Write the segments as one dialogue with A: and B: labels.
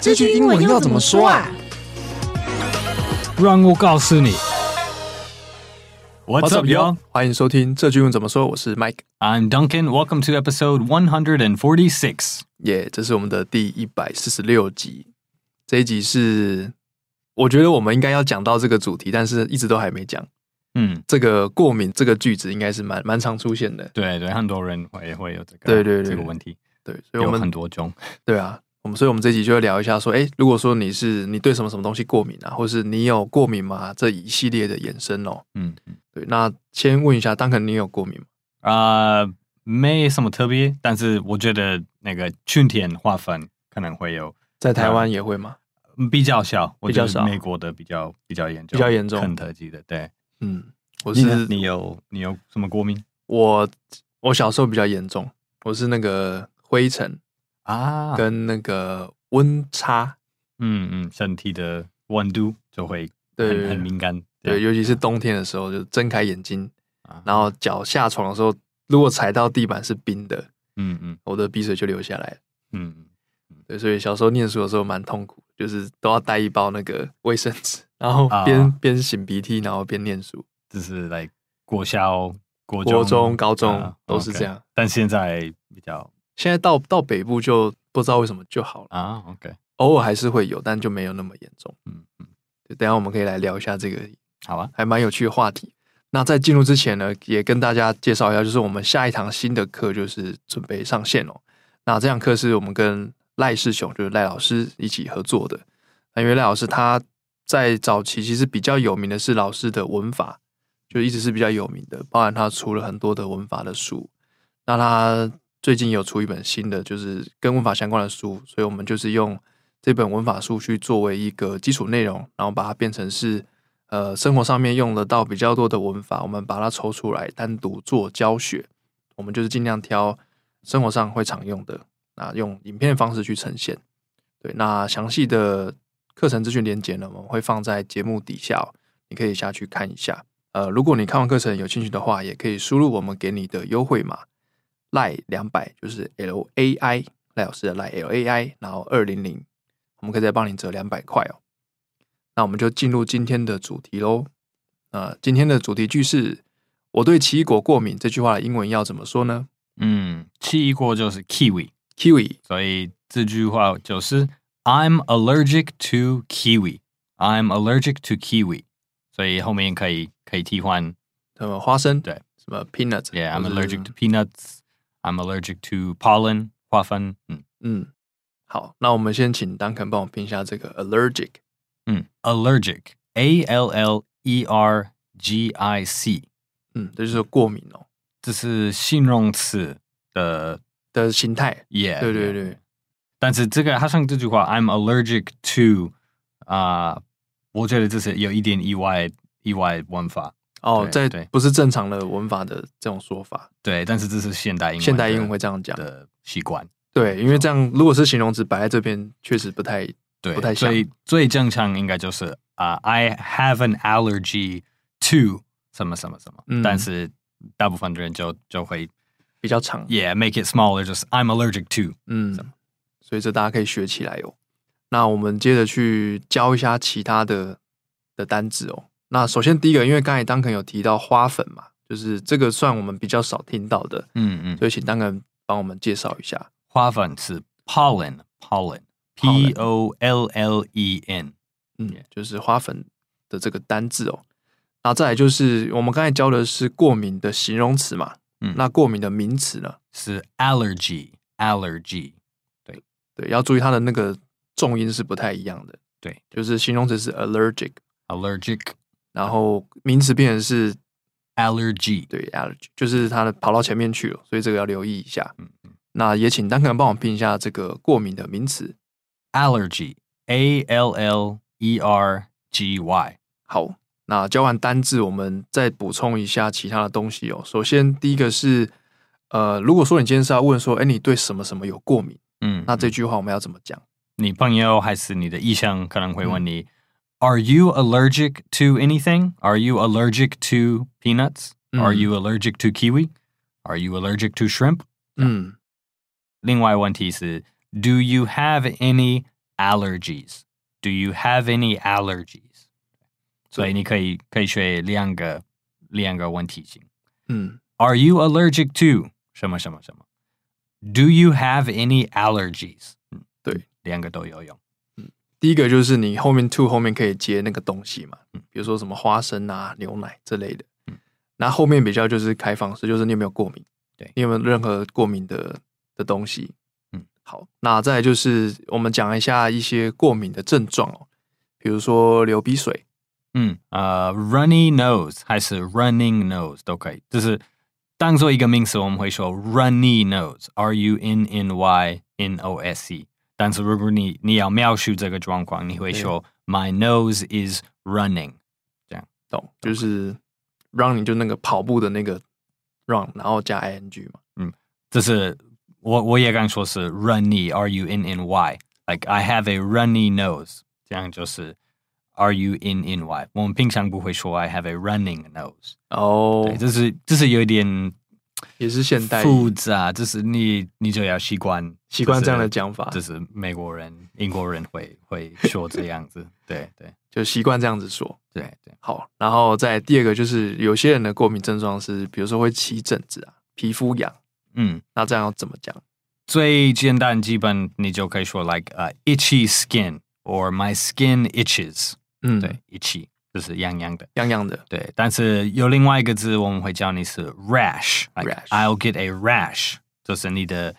A: 这句英文要怎么说啊？
B: 让我告诉你。What's up, y'all?
A: 欢迎收听这句英文怎么说，我是 Mike。
B: I'm Duncan. Welcome to episode 146.
A: 耶、这是我们的第一百四十六集。这一集是，我觉得我们应该要讲到这个主题，但是一直都还没讲。
B: 嗯，
A: 这个过敏这个句子应该是蛮蛮常出现的，
B: 对对，很多人会也会有这个
A: 对对对
B: 这个问题，
A: 对，所以我
B: 有
A: 们
B: 很多种。
A: 对啊，我们所以我们这集就会聊一下说，哎，如果说你是你对什么什么东西过敏啊，或是你有过敏吗？这一系列的衍生哦。
B: 嗯，
A: 对，那先问一下，当肯你有过敏吗？
B: 呃，没什么特别，但是我觉得那个春天划分可能会有
A: 在台
B: 啊
A: 湾也会吗？
B: 嗯比较小，我觉
A: 比较
B: 得
A: 少
B: 美国的比较比较严重，
A: 比较严重
B: 肯德基的对。
A: 嗯，我
B: 不
A: 是
B: 你有你有什么过敏
A: 我我小时候比较严重，我是那个灰尘
B: 啊嗯
A: 跟那个温差，
B: 嗯，身体的温度就会
A: 对
B: 很很敏感，
A: 对，尤其是冬天的时候，就睁开眼睛，
B: 啊
A: 然后脚下床的时候，如果踩到地板是冰的，
B: 嗯嗯
A: 我的鼻水就流下来了。
B: 嗯，
A: 对，所以小时候念书的时候蛮痛苦，就是都要带一包那个 卫生纸，然后边、
B: 啊
A: 边擤鼻涕，然后边念书。
B: 就是 like 国小、国
A: 国中、高中、
B: 啊
A: 都是这
B: OK
A: 样。
B: 但现在比较
A: 现在到到北部就不知道为什么就好了，
B: 啊，OK，
A: 偶尔还是会有，但就没有那么严重。
B: 嗯嗯，
A: 对等一下我们可以来聊一下这个
B: 好啊，
A: 还蛮有趣的话题。那在进入之前呢，也跟大家介绍一下，就是我们下一堂新的课就是准备上线哦。那这堂课是我们跟赖世雄，就是赖老师一起合作的。那因为赖老师他在早期其实比较有名的是老师的文法，就一直是比较有名的，包含他出了很多的文法的书。那他最近有出一本新的，就是跟文法相关的书，所以我们就是用这本文法书去作为一个基础内容，然后把它变成是呃生活上面用得到比较多的文法，我们把它抽出来单独做教学。我们就是尽量挑生活上会常用的，那用影片的方式去呈现。对，那详细的课程资讯连接呢，我们会放在节目底下哦、你可以下去看一下。呃，如果你看完课程有兴趣的话，也可以输入我们给你的优惠码赖两百，就是 L A I 赖老师的赖 L A I，然后二零零，我们可以再帮你折两百块哦。那我们就进入今天的主题喽。呃，今天的主题句是“我对奇异果过敏”这句话的英文要怎么说呢
B: 嗯，奇异果就是 kiwi，
A: ？Kiwi
B: 所以这句话就是 I'm allergic to kiwi，I'm allergic to kiwi，所以后面可以可以替换
A: 什么花生？
B: 对，
A: 什么 peanut？
B: ，Yeah，I'm
A: 或是
B: allergic to peanuts，I'm allergic to pollen，花粉，嗯
A: 嗯，好，那我们先请 Duncan 帮我拼一下这个 allergic。
B: 嗯，allergic，A L L E R G I C。
A: 嗯，这就是过敏哦
B: 这是形容词的
A: 的形态。
B: 耶。
A: 对对对，
B: 但是这个它像这句话，I'm allergic to 啊、我觉得这是有一点意外意外玩法。
A: 哦，
B: 对
A: 在
B: 对
A: 不是正常的文法的这种说法，
B: 对，但是这是现代英文的
A: 现代英文会这样讲。
B: 的习惯。
A: 对，因为这样如果是形容词摆在这边，确实不太
B: 对，
A: 不太像
B: 最最正常应该就是啊、i have an allergy to 什么什么什么，
A: 嗯
B: 但是大部分的人就就会
A: 比较长。
B: yeah，make it smaller，就是 I'm allergic to。
A: 嗯，所以这大家可以学起来哦。那我们接着去教一下其他的的单字哦。那首先第一个，因为刚才当肯有提到花粉嘛，就是这个算我们比较少听到的，
B: 嗯嗯，
A: 所以请当肯帮我们介绍一下。
B: 花粉是 pollen，pollen，p
A: Pollen
B: o l l e n。
A: 嗯
B: Yeah
A: 就是花粉的这个单字哦。那再来就是我们刚才教的是过敏的形容词嘛，
B: 嗯
A: 那过敏的名词呢？
B: 是 allergy allergy，
A: 对，要注意它的那个重音是不太一样的。
B: 对，
A: 就是形容词是 allergic，
B: allergic
A: 然后名词变成是
B: allergy。
A: 对 allergy，就是它的跑到前面去了，所以这个要留意一下。
B: 嗯嗯
A: 那也请丹肯帮我拼一下这个过敏的名词。
B: allergy a l l e r g y。
A: 好，那教完单字，我们再补充一下其他的东西哦。首先，第一个是，呃，如果说你今天是要问说，哎，你对什么什么有过敏，
B: 嗯，
A: 那这句话我们要怎么讲？
B: 你朋友还是你的医生可能会问你、a r e you allergic to anything? Are you allergic to peanuts?
A: 嗯
B: Are you allergic to kiwi? Are you allergic to shrimp?
A: 嗯，
B: 另外问题是，Do you have any allergies? Do you have any allergies? 所以你可以可以学两个两个问题型。
A: 嗯
B: Are you allergic to 什么什么什么？Do you have any allergies？嗯
A: 对，
B: 两个都有用。
A: 第一个就是你后面 to 后面可以接那个东西嘛
B: 嗯，
A: 比如说什么花生啊、牛奶这类的
B: 嗯。
A: 那后面比较就是开放式，就是你有没有过敏？
B: 对
A: 你有没有任何过敏的的东西？
B: 嗯，
A: 好，那再来就是我们讲一下一些过敏的症状哦，比如说流鼻水，
B: 嗯，呃，runny nose 还是 running nose 都可以，就是当做一个名词，我们会说 runny nose，r u n n y n o s e。但是如果你你要描述这个状况，你会说 my nose is running。
A: 懂？就是让你就那个跑步的那个 run，然后加 ing 嘛。
B: 这是我我也刚说是 runny，r u n n y，like I have a runny nose，这样就是 r u n n y。我们平常不会说 I have a running nose，、
A: 哦
B: 对，，这是这是有一点。
A: 也是现代
B: 复杂，就是你你就要习惯
A: 习惯这样的
B: 就是
A: 讲法
B: 就，是美国人、英国人会会说这样 子，对对
A: 就习惯这样子说。
B: 对对，
A: 好，然后再第二个就是有些人的过敏症状是，比如说会起疹子啊，皮肤痒，
B: 嗯，
A: 那这样要怎么讲？
B: 最简单基本你就可以说 like 呃、itchy skin or my skin itches，、
A: 嗯，
B: 对，，itchy 就是痒痒的，
A: 痒痒的，
B: 对，但是有另外一个字我们会叫你是 rash，like
A: Rash
B: I'll get a rash，就是你的。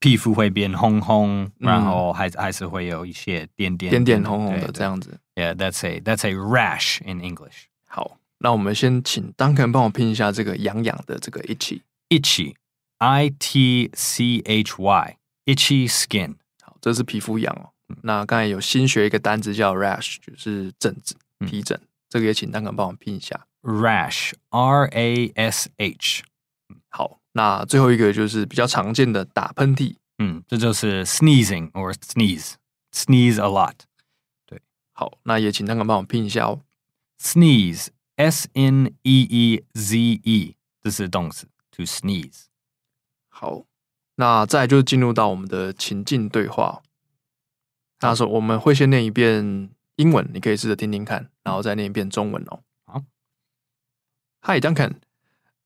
B: 皮肤会变红红，然后还、还是会有一些点点
A: 嗯点点红红
B: 对
A: 的
B: 对
A: 这样子。
B: Yeah, that's a that's a rash in English.
A: 好，那我们先请 Duncan 帮我拼一下这个痒痒的这个 itchy。
B: Itchy, I T C H Y, itchy skin.
A: 好，这是皮肤痒哦。
B: 嗯
A: 那刚才有新学一个单词叫 rash，就是疹子、
B: 嗯
A: 皮疹，这个也请 Duncan 帮我拼一下。
B: Rash, R A S H.
A: 好，那最后一个就是比较常见的打喷嚏。
B: Hmm. 嗯，这就是 uh, sneezing or sneeze. Sneeze a lot.
A: 好，那也请 Duncan 帮我拼一下哦。
B: Sneeze, S N E E Z E. 这是动词 to sneeze.
A: 好，那再就进入到我们的情境对话。那时候我们会先念一遍英文，你可以试着听听看，然后再念一遍中文哦。
B: 好
A: ，Hi Duncan,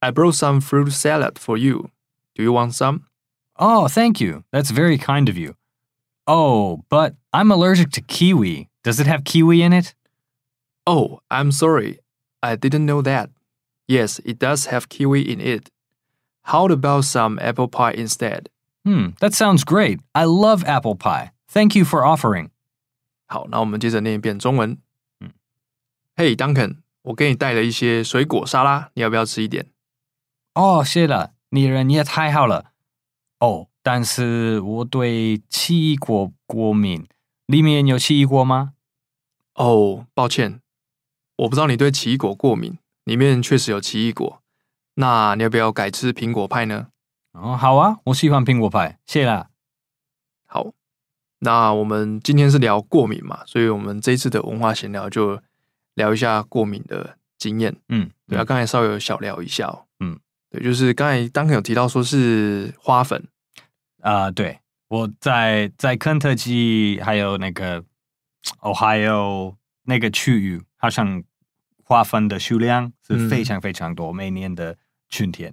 A: I brought some fruit salad for you. Do you want some?
B: Oh, thank you. That's very kind of you. Oh, but I'm allergic to kiwi. Does it have kiwi in it?
A: Oh, I'm sorry, I didn't know that. Yes, it does have kiwi in it. How about some apple pie instead?
B: Hmm, that sounds great. I love apple pie. Thank you for offering.
A: 好，那我们接着念一遍中文。
B: 嗯
A: ，Hey Duncan，我给你带了一些水果沙拉，你要不要吃一点？
B: 哦，谢了，你人也太好了。哦，但是我对奇异果过敏，里面有奇异果吗？
A: 哦，抱歉，我不知道你对奇异果过敏，里面确实有奇异果。那你要不要改吃苹果派呢？
B: 哦，好啊，我喜欢苹果派，谢啦。
A: 好，那我们今天是聊过敏嘛，所以我们这一次的文化闲聊就聊一下过敏的经验。
B: 嗯，
A: 对啊，刚才稍微有小聊一下哦。
B: 嗯，
A: 对，就是刚才当肯有提到说是花粉，
B: 啊、对，我在在肯特基还有那个 Ohio 那个区域，好像花粉的数量是
A: 嗯
B: 非常非常多，每年的春天。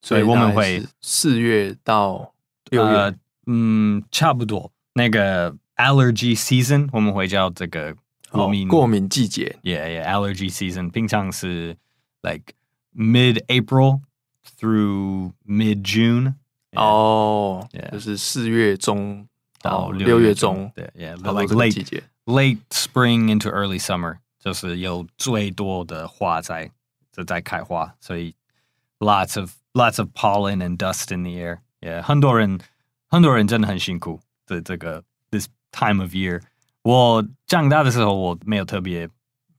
A: 所以
B: 我们
A: 大概
B: 会
A: 是四月到六月。哦
B: 呃，嗯，差不多。那个 allergy season 我们会叫这个过敏、
A: 哦过敏季节，
B: Yeah, yeah, allergy season. 平常是 like mid April through mid June.
A: Oh, 哦
B: Yeah
A: 就是四月中到
B: 到
A: 六
B: 月
A: 月中，
B: 对，yeah,
A: 差不多
B: like
A: 这个季
B: late
A: 节。
B: late spring into early summer，就是有最多的花在就在开花，所以 lots of lots of pollen and dust in the air。也很多人很多人真的很辛苦的这个 this time of year。我长大的时候我没有特别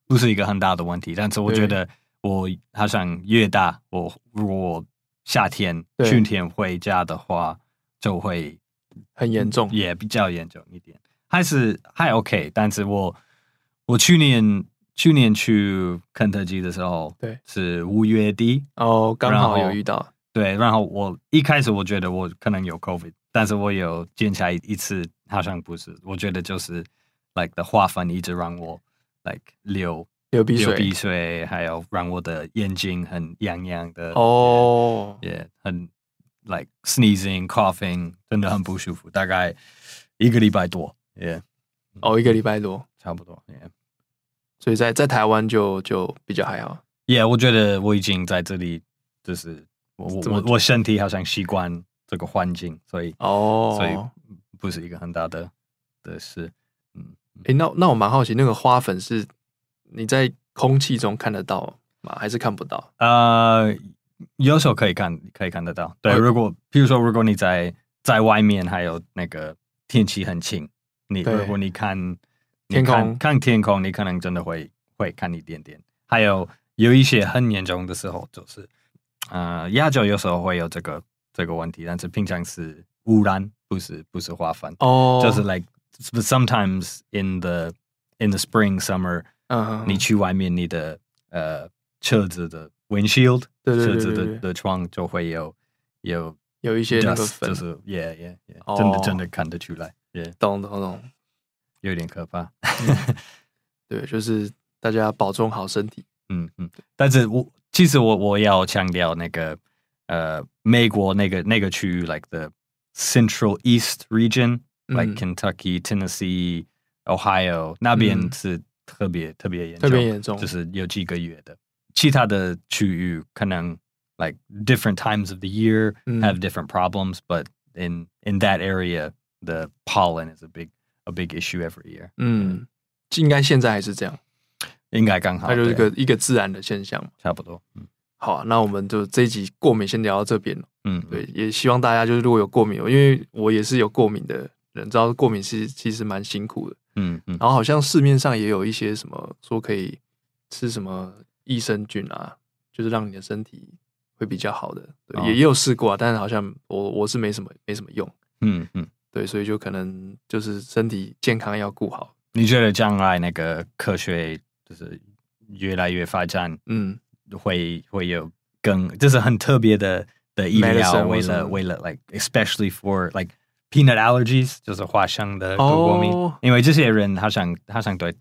B: 不是一个很大的问题，但是我
A: 对
B: 觉得我好像越大，我如果我夏天
A: 对
B: 春天回家的话，就会
A: 很严重。
B: 也比较严重一点，还是还 OK。但是我我去年去年去肯德基的时候，
A: 对，
B: 是五月底，
A: 哦，刚好
B: 然后
A: 有遇到，
B: 对，然后我一开始我觉得我可能有 COVID，但是我有检查一次，好像不是，我觉得就是 like 的花粉一直让我 like 流
A: 流鼻
B: 流鼻
A: 水
B: 水，还有让我的眼睛很痒痒的，
A: 哦，
B: 也很 like sneezing coughing，真的很不舒服，大概一个礼拜多，也
A: 哦，一个礼拜多，
B: 差不多，yeah。
A: 所以在在台湾就就比较还好。
B: Yeah，我觉得我已经在这里，就是我我
A: 这么
B: 我我身体好像习惯这个环境，所以、
A: 哦，
B: 所以不是一个很大的的事。嗯，
A: 诶，那那我蛮好奇，那个花粉是你在空气中看得到吗？还是看不到？
B: 呃，有时候可以看可以看得到。对，
A: 哦
B: 如果譬如说，如果你在在外面，还有那个天气很晴，你
A: 对
B: 如果你看你
A: 天
B: 看
A: 空
B: 看天空，你可能真的会会看一点点。还有有一些很严重的时候，就是呃，亚洲有时候会有这个这个问题，但是平常是污染，不是不是花粉，
A: 哦，
B: 就是 like sometimes in the in the spring summer。
A: 嗯哼，
B: 你去外面，你的呃车子的 windshield，
A: 对对对
B: 车
A: 对
B: 子
A: 对
B: 的的窗就会有有
A: 有一些那个
B: dust，
A: 粉
B: 就，是 yeah yeah，, yeah、
A: 哦
B: 真的真的看得出来，yeah，
A: 懂懂懂，
B: 有点可怕。
A: 嗯对，就是大家保重好身体。
B: 嗯嗯，但是我其实我我要强调那个呃美国那个那个区域，like the Central East region。Like
A: 嗯
B: Kentucky、Tennessee、Ohio 那边
A: 嗯
B: 是特别、特别严重，
A: 特别严重
B: 就是有几个月的。其他的区域可能 like different times of the year
A: 嗯
B: have different problems, but in in that area the pollen is a big a big issue every year.
A: 嗯，应该现在还是这样，
B: 应该刚好，
A: 它就是一
B: 哦对
A: 个一个自然的现象嘛。
B: 差不多。嗯
A: 好啊、那我们就这一集过敏先聊到这边。
B: 嗯，
A: 对，也希望大家就是如果有过敏，因为我也是有过敏的人，知道过敏是其实蛮辛苦的。
B: 嗯嗯，
A: 然后好像市面上也有一些什么说可以吃什么益生菌啊，就是让你的身体会比较好的，对，
B: 哦
A: 也也有试过啊，但是好像我我是没什么没什么用，
B: 嗯嗯，
A: 对，所以就可能就是身体健康要顾好，
B: 你觉得将来那个科学就是越来越发展，
A: 嗯，
B: 会会有更就是很特别的的医
A: Medicine
B: 疗，
A: 或
B: 为
A: 什么
B: 了为了 like especially for like peanut allergies，就是花生的果过敏
A: 哦
B: 因为这些人好像好像对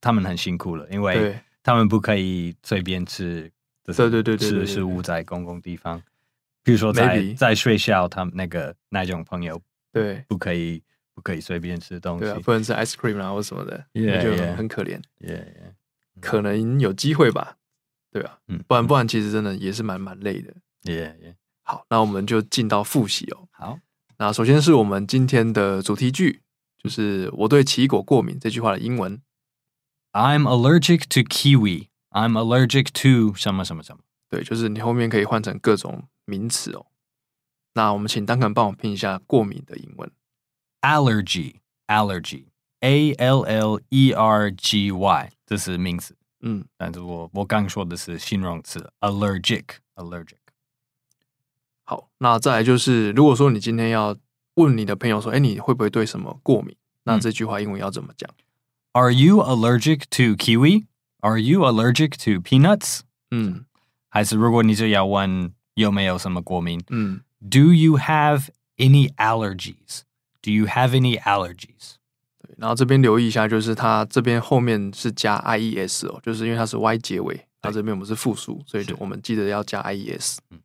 B: 他们很辛苦了，因为
A: 对，
B: 他们不可以随便吃，就是
A: 对对对对对对
B: 吃
A: 对
B: 食物在公共地方，比如说在
A: Maybe
B: 在学校，他们那个那种朋友
A: 对，
B: 不可以不可以随便吃东西
A: 对啊，不能吃 ice cream 啊或什么的，那
B: Yeah,
A: 就
B: yeah 嗯
A: 很可怜，
B: ，yeah, yeah.
A: 可能有机会吧，对啊，
B: 嗯，
A: 不然不然其实真的也是蛮蛮累的。
B: ，yeah yeah，
A: 好，那我们就进到复习哦。
B: 好，
A: 那首先是我们今天的主题句，
B: 嗯
A: 就是我对奇异果过敏这句话的英文。
B: I'm allergic to kiwi. I'm allergic to 什么什么什么。
A: 对，就是你后面可以换成各种名词哦。那我们请丹肯帮我拼一下过敏的英文。
B: allergy allergy a l l e r g y
A: 嗯，
B: 这是名词，但是我我刚说的是形容词 allergic allergic
A: 好，那再来就是，如果说你今天要问你的朋友说，哎，你会不会对什么过敏？那
B: 嗯
A: 这句话英文要怎么讲？
B: Are you allergic to kiwi? Are you allergic to peanuts?
A: 嗯
B: 还是如果你是要问有没有什么过敏
A: 嗯，
B: ？Do you have any allergies? Do you have any allergies?
A: 对。然后这边留意一下，就是它这边后面是加 i e s 哦，就是因为它是 y 结尾，那这边我们是复数，所以就是我们记得要加 i e s
B: 嗯。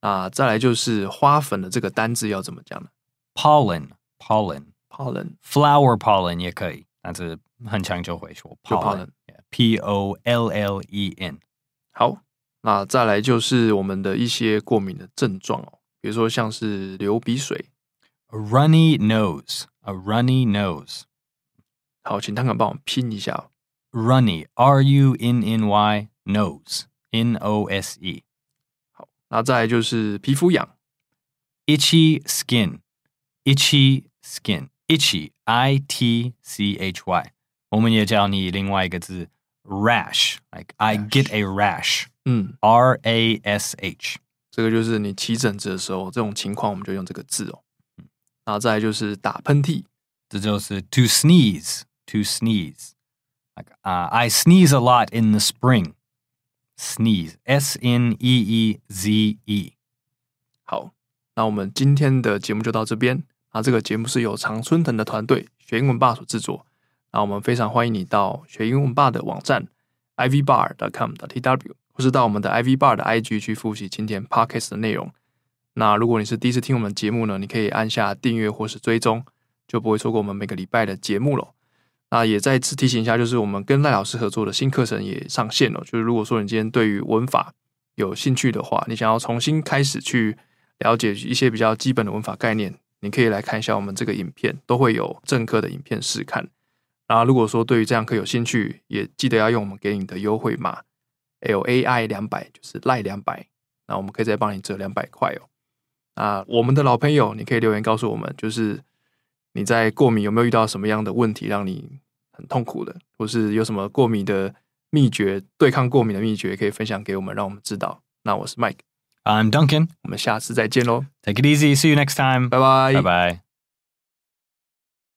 A: 啊，再来就是花粉的这个单字要怎么讲呢
B: Pollen pollen
A: ？pollen。
B: flower pollen 也可以，但是很常就会说 pollen
A: pollen。
B: p o l l e n
A: 好，那再来就是我们的一些过敏的症状哦，比如说像是流鼻水。
B: A runny nose. A runny nose.
A: 好，请汤哥帮我拼一下、哦。
B: Runny. R U N N Y. Nose. N O S E.
A: 那再来就是皮肤痒，
B: Itchy skin. Itchy skin. Itchy. I T C H Y. 我们也叫你另外一个字 rash. Like I
A: Rash.
B: get a rash.
A: 嗯，
B: R A S H.
A: 这个就是你起疹子的时候，这种情况我们就用这个字哦。然后再来就是打喷嚏，
B: 这就是 to sneeze. To sneeze. Like uh, I sneeze a lot in the spring. Sneeze. S N E E Z E.
A: 好，那我们今天的节目就到这边。那这个节目是由常春藤的团队学英文爸所制作。那我们非常欢迎你到学英文爸的网站 ivbar.com.tw，或是到我们的 ivbar 的 IG 去复习今天 podcast 的内容。那如果你是第一次听我们的节目呢，你可以按下订阅或是追踪，就不会错过我们每个礼拜的节目了。那也再次提醒一下，就是我们跟赖老师合作的新课程也上线了。就是如果说你今天对于文法有兴趣的话，你想要重新开始去了解一些比较基本的文法概念，你可以来看一下我们这个影片，都会有正课的影片试看。然后如果说对于这堂课有兴趣，也记得要用我们给你的优惠码 L A I 两百，就是赖两百，那我们可以再帮你折两百块哦。啊，我们的老朋友，你可以留言告诉我们，就是你在过敏有没有遇到什么样的问题，让你很痛苦的，或是有什么过敏的秘诀，对抗过敏的秘诀，可以分享给我们，让我们知道。那我是 Mike，
B: I'm Duncan.
A: 我们下次再见喽，
B: Take it easy. See you next time.
A: 拜拜，
B: Bye bye.